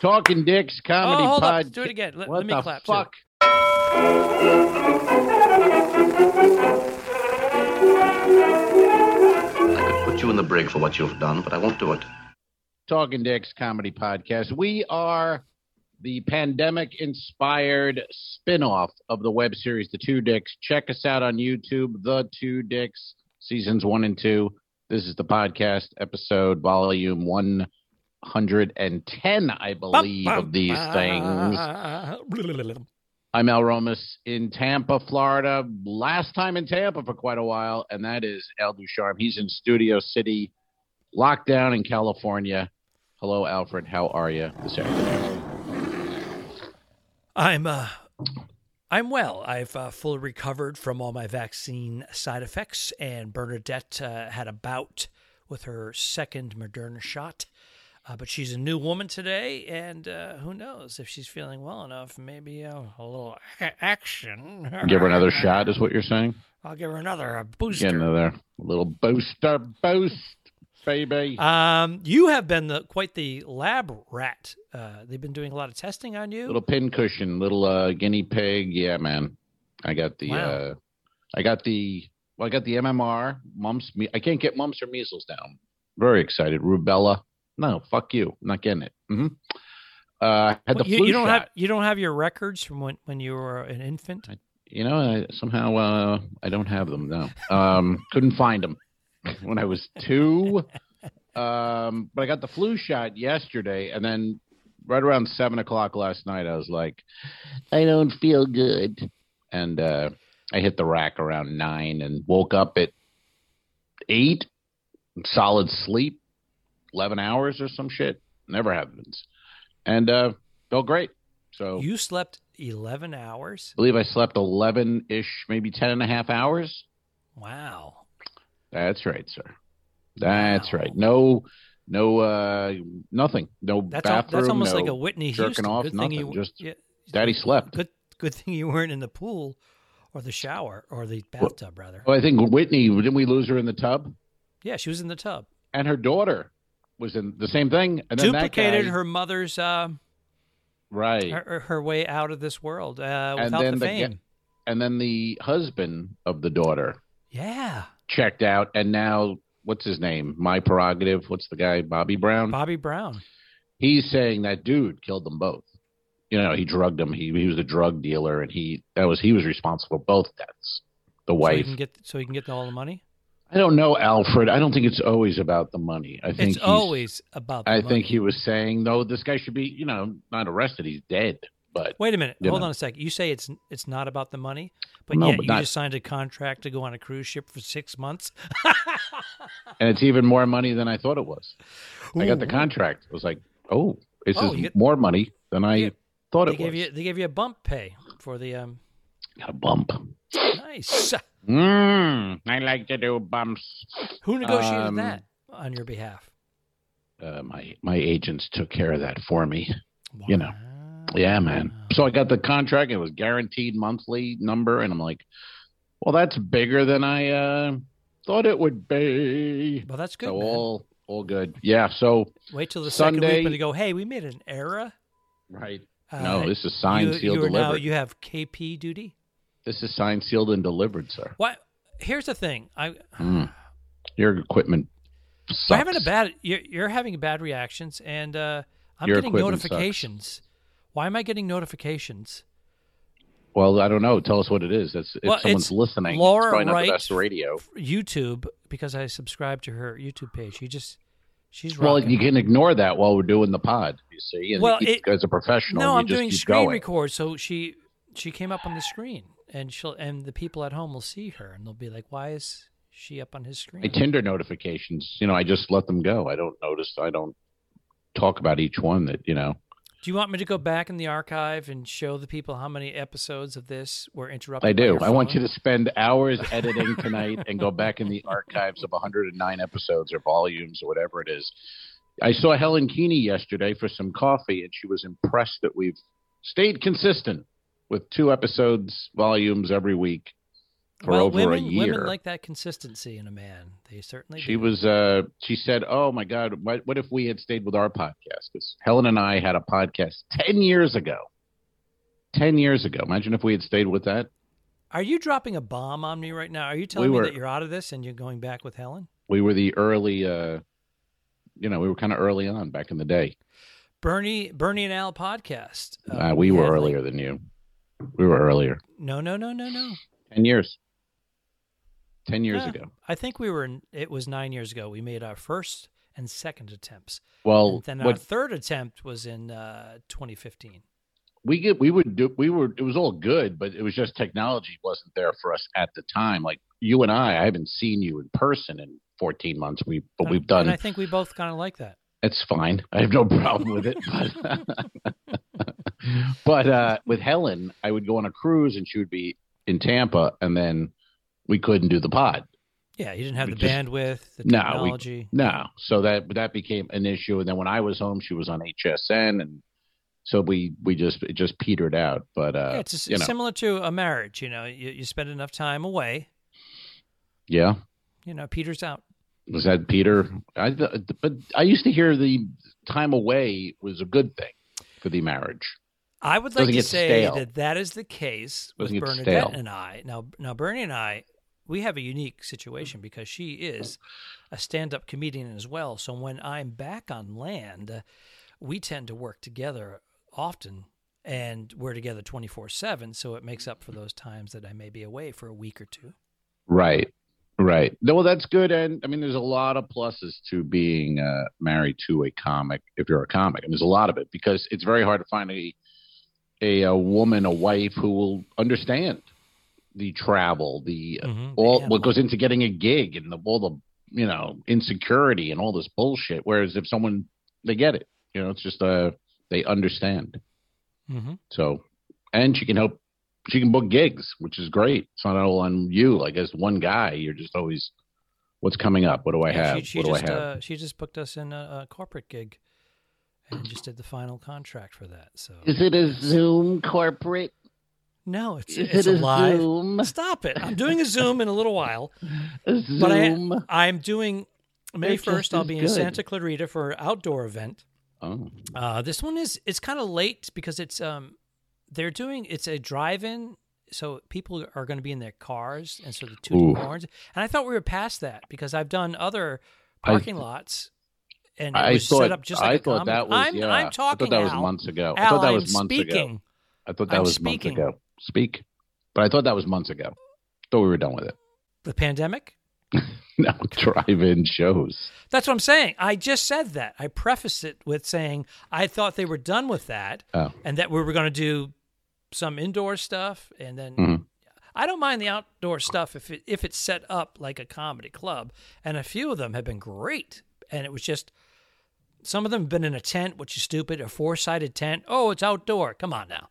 Talking Dicks Comedy oh, hold up. Pod. Let's do it again. Let, what let me the clap. too. fuck? I could put you in the brig for what you've done, but I won't do it. Talking Dicks Comedy Podcast. We are the pandemic inspired spin-off of the web series The Two Dicks. Check us out on YouTube, The Two Dicks, seasons 1 and 2. This is the podcast episode volume 110, I Bum, believe, bum, of these bah. things. I'm Al Romas in Tampa, Florida. Last time in Tampa for quite a while, and that is Al Ducharme. He's in Studio City, lockdown in California. Hello, Alfred. How are you this afternoon? I'm uh I'm well. I've uh, fully recovered from all my vaccine side effects, and Bernadette uh, had a bout with her second Moderna shot. Uh, but she's a new woman today, and uh, who knows if she's feeling well enough? Maybe uh, a little a- action. Give her another shot, is what you're saying? I'll give her another a Get booster. another little booster boost, baby. Um, you have been the quite the lab rat. Uh, they've been doing a lot of testing on you. little pincushion, little uh, guinea pig. Yeah, man. I got the. Wow. Uh, I got the. Well, I got the MMR. Mumps. Me- I can't get mumps or measles down. Very excited. Rubella. No, fuck you. I'm not getting it. hmm Uh, had Well, the you, flu you don't shot. have you don't have your records from when, when you were an infant. You know, I, somehow uh, I don't have them. No, um, couldn't find them when I was two. Um, but I got the flu shot yesterday, and then right around seven o'clock last night, I was like, I don't feel good, and uh, I hit the rack around nine, and woke up at eight, solid sleep, eleven hours or some shit. Never happens, and uh, felt great. So You slept eleven hours. believe I slept 11 ish, maybe 10 and a half hours. Wow. That's right, sir. That's Wow. right. No, no, uh, nothing. No That's al- bathroom. that's almost like no- a Whitney jerking Houston. off, good thing you nothing, just yeah, daddy slept. Good good thing you weren't in the pool or the shower or the bathtub rather. Well, I think Whitney, didn't we lose her in the tub? Yeah, she was in the tub. And her daughter was in the same thing. And then that Duplicated guy- her mother's uh, Right. her, her- her way out of this world uh, And without then the the ga- fame. and then the husband of the daughter yeah, checked out. And now, what's his name? My prerogative. What's the guy? Bobby Brown? Bobby Brown. he's saying that dude killed them both. You know, he drugged them. He he was a drug dealer, and he that was he was responsible for both deaths. The So he wife. can get so he can get all the money. I don't know, Alfred. I don't think it's always about the money. I think It's he's- always about. The I money. think he was saying though this guy should be you know not arrested. He's dead. But Wait a minute. You Hold know. on a sec. You say it's it's not about the money, but No, yet but you not- just signed a contract to go on a cruise ship for six months. and it's even more money than I thought it was. I got the Ooh. contract. I was like, oh, this Oh, is you get- more money than I Yeah. thought They it gave was. you they gave you a bump pay for the um. Got a bump. Nice. Mm, I like to do bumps. Who negotiated Um, that on your behalf? Uh, my my agents took care of that for me. you know. Wow. Yeah, man. So I got the contract. It was guaranteed monthly number, and I'm like, well, that's bigger than I uh, thought it would be. Well, that's good. so man. all all good. Yeah. So Wait till the second Sunday- week when they go, "Hey, we made an error." right. Uh, no, this is signed, you, sealed, you are now delivered. you have KP duty. This is signed, sealed, and delivered, sir. What? Here's the thing. I Mm. Your equipment. Sucks. We're having a bad. You're, you're having bad reactions, and uh, I'm Your getting equipment sucks. notifications. Why am I getting notifications? Well, I don't know. Tell us what it is. That's if Well, someone's it's listening. Laura it's probably not Wright- the best radio. YouTube because I subscribe to her YouTube page. You just she's Well, rocking. you can ignore that while we're doing the pod. You see, and Well, you keep- it- as a professional, no, you I'm just doing keep screen going. record, so she she came up on the screen, and she'll and the people at home will see her, and they'll be like, "Why is she up on his screen?" my Tinder notifications, you know, I just let them go. I don't notice. I don't talk about each one that, you know, Do you want me to go back in the archive and show the people how many episodes of this were interrupted? I by do. your I want you phone? to spend hours editing tonight and go back in the archives of 109 episodes or volumes or whatever it is. I saw Helen Keeney yesterday for some coffee and she was impressed that we've stayed consistent with two episodes, volumes every week for well, over women, a year. Women like that consistency in a man. They certainly she do. was uh she said oh my god what, what if we had stayed with our podcast because helen and i had a podcast 10 years ago 10 years ago imagine if we had stayed with that Are you dropping a bomb on me right now? Are you telling We me were- that you're out of this and you're going back with Helen? we were the early uh you know we were kind of early on back in the day Bernie, Bernie and Al podcast. uh, we were had, like- earlier than you we were earlier no, no, no, no, no. 10 years 10 years Yeah. ago I think we were. In, it was nine years ago. We made our first and second attempts. well and then our Oh, what third attempt was in uh, 2015. we get we would do we were it was all good but it was just technology wasn't there for us at the time like you and i i haven't seen you in person in 14 months we but And- we've done And I think we both kind of like that. That's fine. I have no problem with it. But, but uh, with Helen, I would go on a cruise and she would be in Tampa, and then we couldn't do the pod. Yeah, you didn't have We the just- bandwidth, the No, we- technology. No, so that that became an issue. And then when I was home, she was on HSN, and so we we just it just petered out. But uh, yeah, it's s- you know, similar to a marriage. You know, you, you spend enough time away. yeah, You know, Peter's out. was that Peter? I th- but I used to hear the time away was a good thing for the marriage. I would like Doesn't to get say stale. that that is the case Doesn't with get Bernadette stale. and I. Now, now Bernie and I, we have a unique situation because she is a stand-up comedian as well. So when I'm back on land, we tend to work together often, and we're together 24/7. So it makes up for those times that I may be away for a week or two. Right. Right. No, well, that's good. And I mean, there's a lot of pluses to being uh, married to a comic if you're a comic. And there's a lot of it because it's very hard to find a, a, a woman, a wife who will understand the travel, the Mhm. all Yeah. what goes into getting a gig and the, all the, you know, insecurity and all this bullshit. Whereas if someone, they get it, you know, it's just, uh, they understand. Mhm. So, and she can help. She can book gigs, which is great. It's not all on you. Like as one guy, you're just always, what's coming up? What do I Yeah, have? She, she what do just, I have? Uh, she just booked us in a, a corporate gig, and just did the final contract for that. So is it a Zoom corporate? no, it's Is it's it a a live. Zoom? Stop it! I'm doing a Zoom in a little while. A But I- Zoom? I'm doing May It just first. I'll is be in good. Santa Clarita for an outdoor event. oh, Uh, this one is it's kind of late because it's um they're doing it's a drive-in, so people are going to be in their cars, and so the two Ooh. horns. And I thought we were past that because I've done other I- parking lots, and it Oh. I was thought set up just like I a thought comedy- that was I'm, yeah. I'm talking I thought that Al. was months ago. I Al, thought that I'm was months speaking. ago. I thought that I'm was speaking. months ago. Speak, but I thought that was months ago. Thought we were done with it. The pandemic. No drive-in shows. That's what I'm saying. I just said that. I prefaced it with saying I thought they were done with that, Oh. and that we were going to do some indoor stuff, and then Mhm. I don't mind the outdoor stuff if it, if it's set up like a comedy club. And a few of them have been great, and it was just some of them have been in a tent, which is stupid, a four sided tent. Oh, it's outdoor. Come on now,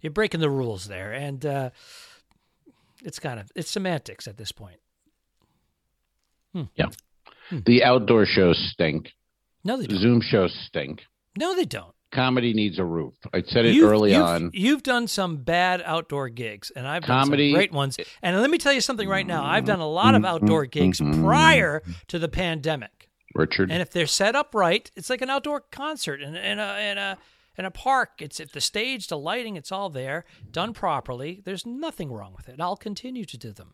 you're breaking the rules there, and uh, it's kind of it's semantics at this point. The outdoor shows stink. No, they don't. Zoom shows stink. No, they don't. comedy needs a roof. I said it early on. You've done some bad outdoor gigs, and I've done Comedy- Mm-hmm, some great ones. And let me tell you something right now. I've done a lot of outdoor gigs prior to the pandemic, Richard, and if they're set up right, it's like an outdoor concert in, in a in a in a park. It's at the stage, the lighting, it's all there, done properly. There's nothing wrong with it. I'll continue to do them.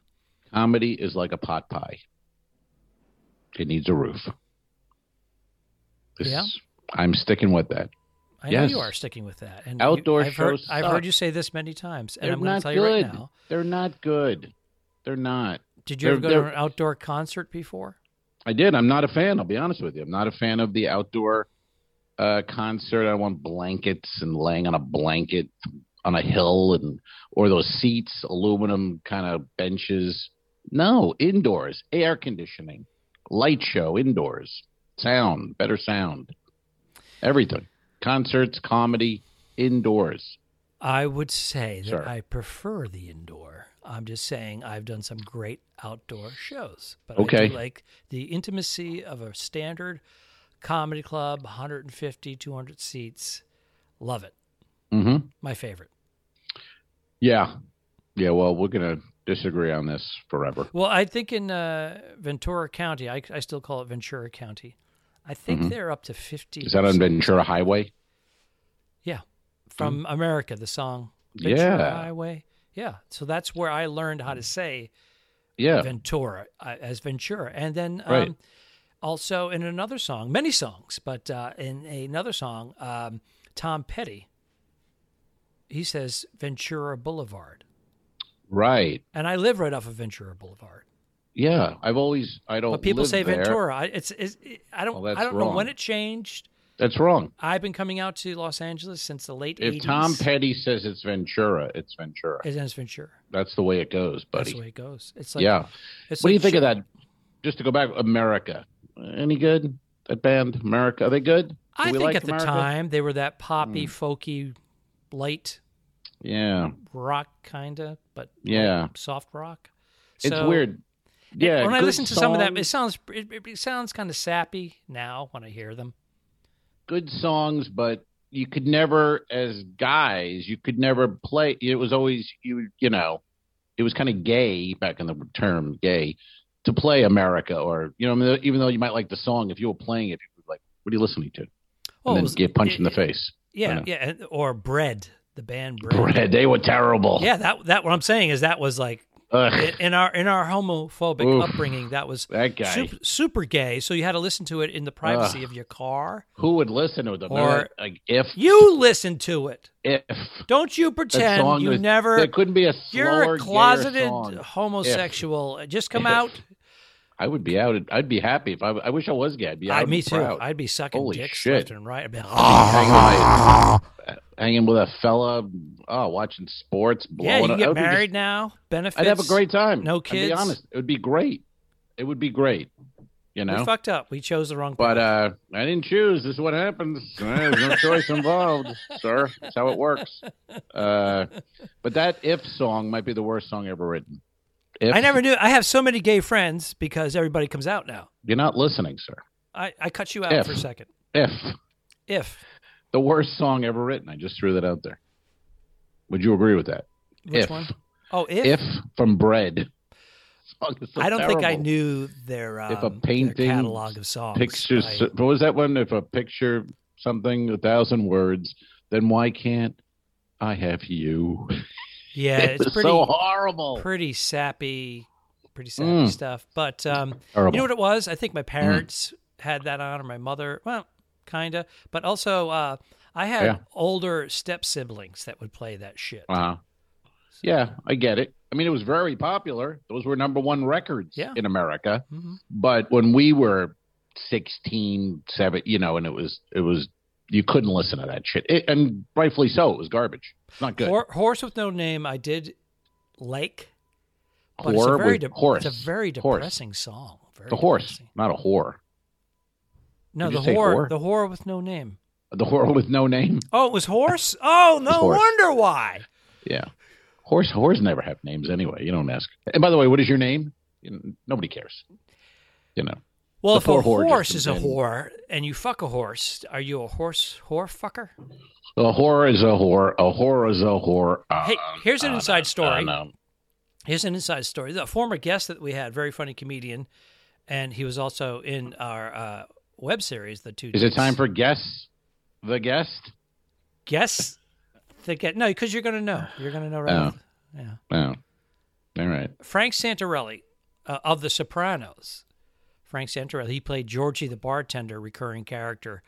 comedy is like a pot pie. It needs a roof. This- Yeah. I'm sticking with that. I know Yes. you are sticking with that. And Outdoor you, I've heard, shows I've heard suck. you say this many times, and They're I'm going to not tell you good. right now. They're not good. They're not. Did you ever go They're- to they're- an outdoor concert before? I did. I'm not a fan. I'll be honest with you. I'm not a fan of the outdoor uh, concert. I want blankets and laying on a blanket on a hill and or those seats, aluminum kind of benches. No, indoors, air conditioning, light show indoors, sound, better sound, everything. Concerts, comedy, indoors. I would say that Sure. I prefer the indoor. I'm just saying I've done some great outdoor shows, but I Okay. do like the intimacy of a standard comedy club, 150, 200 seats. Love it. hmm My favorite. Yeah, Yeah, well, we're gonna disagree on this forever. Well, I think in uh, Ventura County, I, I still call it Ventura County. I think Mhm. they're up to fifty. Is that on Ventura Highway? Yeah, from America, the song Ventura Mm-hmm. Yeah, Highway. Yeah, so that's where I learned how to say yeah. Ventura uh, as Ventura, and then um, Right. also in another song, many songs, but uh, in another song, um, Tom Petty, he says Ventura Boulevard, Right. and I live right off of Ventura Boulevard. Yeah. I've always I don't. But people live say there. Ventura. I, it's, it's it, I don't Well, that's I don't know wrong. when it changed. That's wrong. I've been coming out to Los Angeles since the late If 80s. Tom Petty says it's Ventura, it's Ventura. it ends Ventura. That's the way it goes, That's buddy. the way it goes. It's like yeah. It's what do you like think of shit. that? Just to go back, America. Any good? That band, America. Are they good? Do I we think like at the America? Hmm. time they were that poppy, folky, light Yeah. rock kinda, but Yeah. soft rock. It's So- weird. and Yeah. when I good listen to some of that, it songs- sounds it, it- it sounds kind of sappy now when I hear them. good songs, but you could never, as guys, you could never play. It was always you, you know, it was kind of gay back in the term gay to play America, or you know, I mean, even though you might like the song, if you were playing it, people were like, "What are you listening to?" Oh, and it then was- get punched in the it- face. Yeah, know. yeah, and- or Bread, the band Bread. Bread, they were terrible. Yeah, that that what I'm saying is that was like Ugh, in- in our in our homophobic Oof. upbringing that was that guy. super, super gay so you had to listen to it in the privacy of your car Who would listen to them? They're Or- like if you listen to it if don't you pretend song you was- never there couldn't be a slower, you're a gayer closeted song. homosexual just come If. out I would be out. I'd be happy if I. I wish I was gay. I'd be out. I, and Ah, me too proud. i'd be sucking Holy dicks shit. left and right I'd be like, hanging, like, hanging with a fella, oh, watching sports, yeah blowing up. I you can get would be just- married now benefits I'd have a great time. No I'd kids. be honest. It would be great. It would be great. You we know? fucked up we chose the wrong But path. uh, I didn't choose. This is what happens. Uh, There's no choice involved, sir. That's how it works. Uh, but that if song might be the worst song ever written. If i never knew i have so many gay friends because everybody comes out now You're not listening, sir. i, I cut you out If. for a second If if the worst song ever written. I just threw that out there. Would you agree with that? which If. one? Oh, if from bread. Song is so I don't think I terrible. knew their um, If a their painting, catalog of songs. pictures. I- what was that one? If a picture something a thousand words, then why can't I have you? yeah, it it's was pretty so horrible. pretty sappy, pretty sappy Mm. stuff. But um, you horrible. know what it was? I think Mm. my parents had that on, or my mother. Well, kinda, but also uh, I had Yeah. older step siblings that would play that shit. uh-huh. Yeah, I get it. I mean, it was very popular. Those were number one records Yeah. in America. Mhm. But when we were 16, 7, you know, and it was, it was, you couldn't listen to that shit. It, and rightfully so. It was garbage. It's not good. Hor- Horse with no name, I did like, but it's a Whore very with de- horse. it's a very Horse. depressing song. Very The horse, depressing. not a whore. No, Did you the say whore, whore? the whore with no name. The whore with no name. Oh, it was horse. Oh, no horse. wonder why. Yeah. Horse whores never have names anyway. You don't ask. And by the way, what is your name? You know, Nobody cares. You know. Well, The if poor a whore horse just is a been- whore and you fuck a horse, are you a horse whore fucker? A whore is a whore. A whore is a whore. Uh, Hey, here's an inside I story. know. Here's an inside story. The former guest that we had, very funny comedian, and he was also in our uh, web series, The Two. Is it Dicks. time for guess the guest? guess? The get no, because you're gonna know. You're gonna know right. Oh. off. Yeah. No. Oh, All right. Frank Santarelli uh, of The Sopranos. Frank Santarelli, he played Georgie the bartender, recurring character,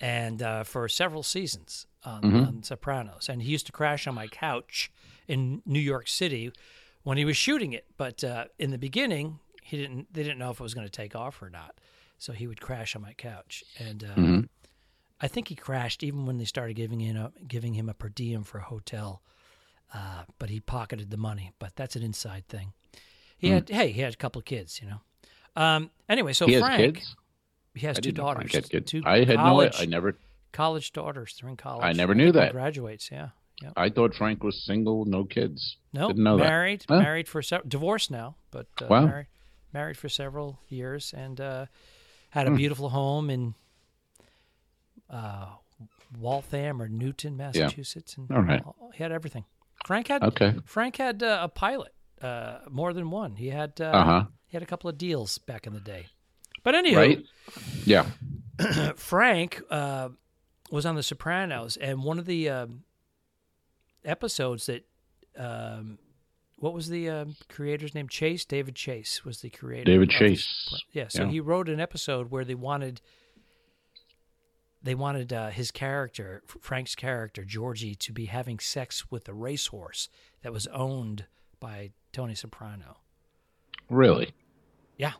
and uh, for several seasons on, Mm-hmm. on Sopranos. And he used to crash on my couch in New York City when he was shooting it. But uh, in the beginning, he didn't. They didn't know if it was going to take off or not, so he would crash on my couch. And uh, Mm-hmm. I think he crashed even when they started giving him a, giving him a per diem for a hotel. Uh, but he pocketed the money. But that's an inside thing. He had hey, he had a couple kids, you know. Um, anyway, so Hmm. He has Frank, kids. he has I two didn't know Frank daughters. had kids. Two I had college, no. I never. college daughters. They're in college. I never think knew one that. Graduates, yeah, yeah. I thought Frank was single, no kids. No, Didn't know that. married, Huh? married for several, divorced now, but uh, Wow. married, married for several years, and uh, had a Hmm. beautiful home in uh, Waltham or Newton, Massachusetts, and All right. he had everything. Frank had Okay. Frank had uh, a pilot, uh, more than one. He had uh, Uh huh. he had a couple of deals back in the day. But anywho, Right. Yeah. Frank uh, was on The Sopranos, and one of the um, episodes that um, what was the um, creator's name? Chase David Chase was the creator. David of The Chase. yeah, so Yeah. he wrote an episode where they wanted they wanted uh, his character, Frank's character, Georgie, to be having sex with a racehorse that was owned by Tony Soprano. Really. Yeah,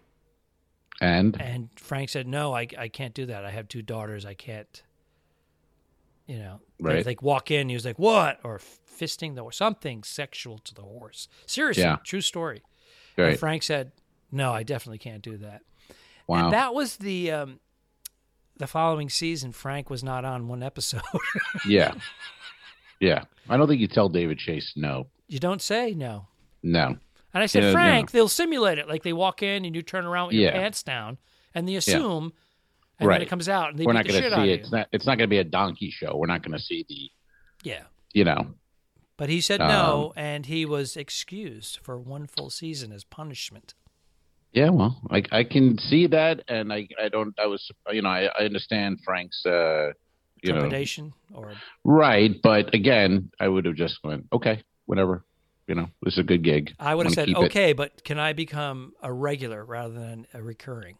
And and Frank said, "No, I I can't do that. I have two daughters. I can't." You know, they- Right. Like walk in, he was like, "What?" or fisting the or something sexual to the horse. Seriously, Yeah. true story. And right. Frank said, "No, I definitely can't do that." Wow. And that was the um, the following season. Frank was not on one episode. yeah. Yeah. I don't think you tell David Chase no. you don't say no. No. And I said, Yeah, Frank, they'll simulate it. Like they walk in and you turn around with your Yeah. pants down, and they assume, and then it Right. comes out and they We're beat not the going to shit out see of it. It's you. not, it's not going to be a donkey show. We're not going to see the, Yeah. you know, But he said no, Um, and he was excused for one full season as punishment. Yeah, well, I I can see that, and I I don't I was you know I, I understand Frank's uh you know Trepidation or right, but again I would have just went okay whatever you know this is a good gig I would have Wanna said, keep it. okay, but can I become a regular rather than a recurring?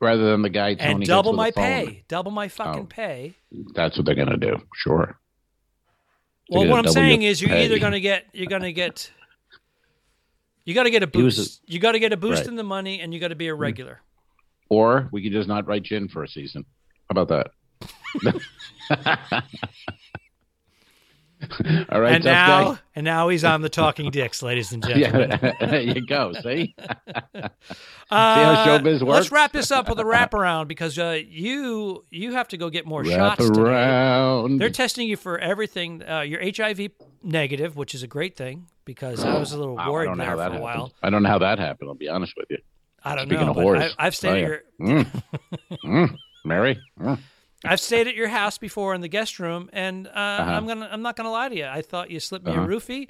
rather than the guy Tony and gets double with my the phone. pay, double my fucking Oh. pay. That's what they're gonna do. Sure. They're Well, gonna what I'm double saying your is, you're pay. either gonna get, you're gonna get, you got to get a He was a- boost. you got to get a boost Right. Mm. in the money, and you got to be a regular. Or we could just not write Jin for a season. How about that? All right, and tough now, guy. and now he's on the talking dicks, ladies and gentlemen. Yeah, there you go. See, Uh, showbiz Let's works? wrap this up with a wraparound because uh, you you have to go get more wrap shots. Today. around. They're testing you for everything. Uh, you're HIV negative, which is a great thing because I was a little Wow, I worried don't know there how for that a happened. while. I don't know how that happened. I'll be honest with you. I don't Speaking know. of but whores, I, I've stayed oh, at yeah. your Mm. Mm. Mary. Mm. I've stayed at your house before in the guest room, and uh, I'm gonna I'm not gonna lie to you. I thought you slipped me a Uh-huh. roofie,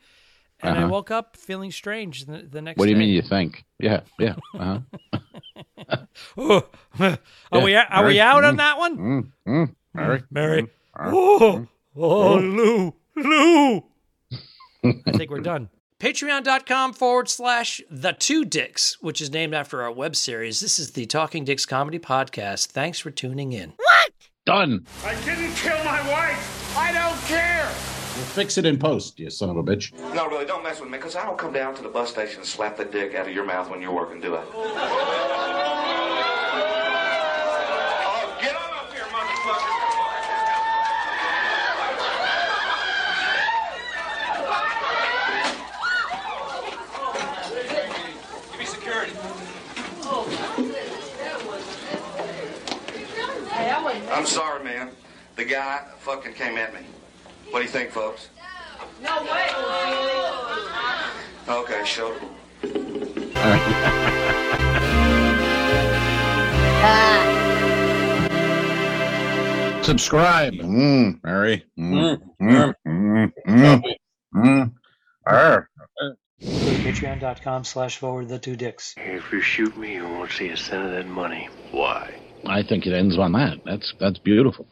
and I Uh-huh. woke up feeling strange the, the next. What do you day. mean you think? Yeah, yeah. Uh-huh. Ooh. are we are we Mary. out on that one? Mm. Mm. Mary. Mary. Oh, oh, Lou, Lou. I think we're done. Patreon.com forward slash the two dicks, which is named after our web series. This is the Talking Dicks Comedy Podcast. Thanks for tuning in. Done. I didn't kill my wife. I don't care. We'll fix it in post, you son of a bitch. No, really, don't mess with me, because I don't come down to the bus station and slap the dick out of your mouth when you're working, do I? Oh, get on up here, motherfucker. Give me security. I'm sorry, man. The guy fucking came at me. What do you think, folks? No way. Okay, show them. All right. Subscribe. Mm. Mary. Mm. Mm. Mm. Mm. Mm. Arr. Patreon.com slash forward the two dicks. If you shoot me, you won't see a cent of that money. Why? I think it ends on that. That's that's beautiful.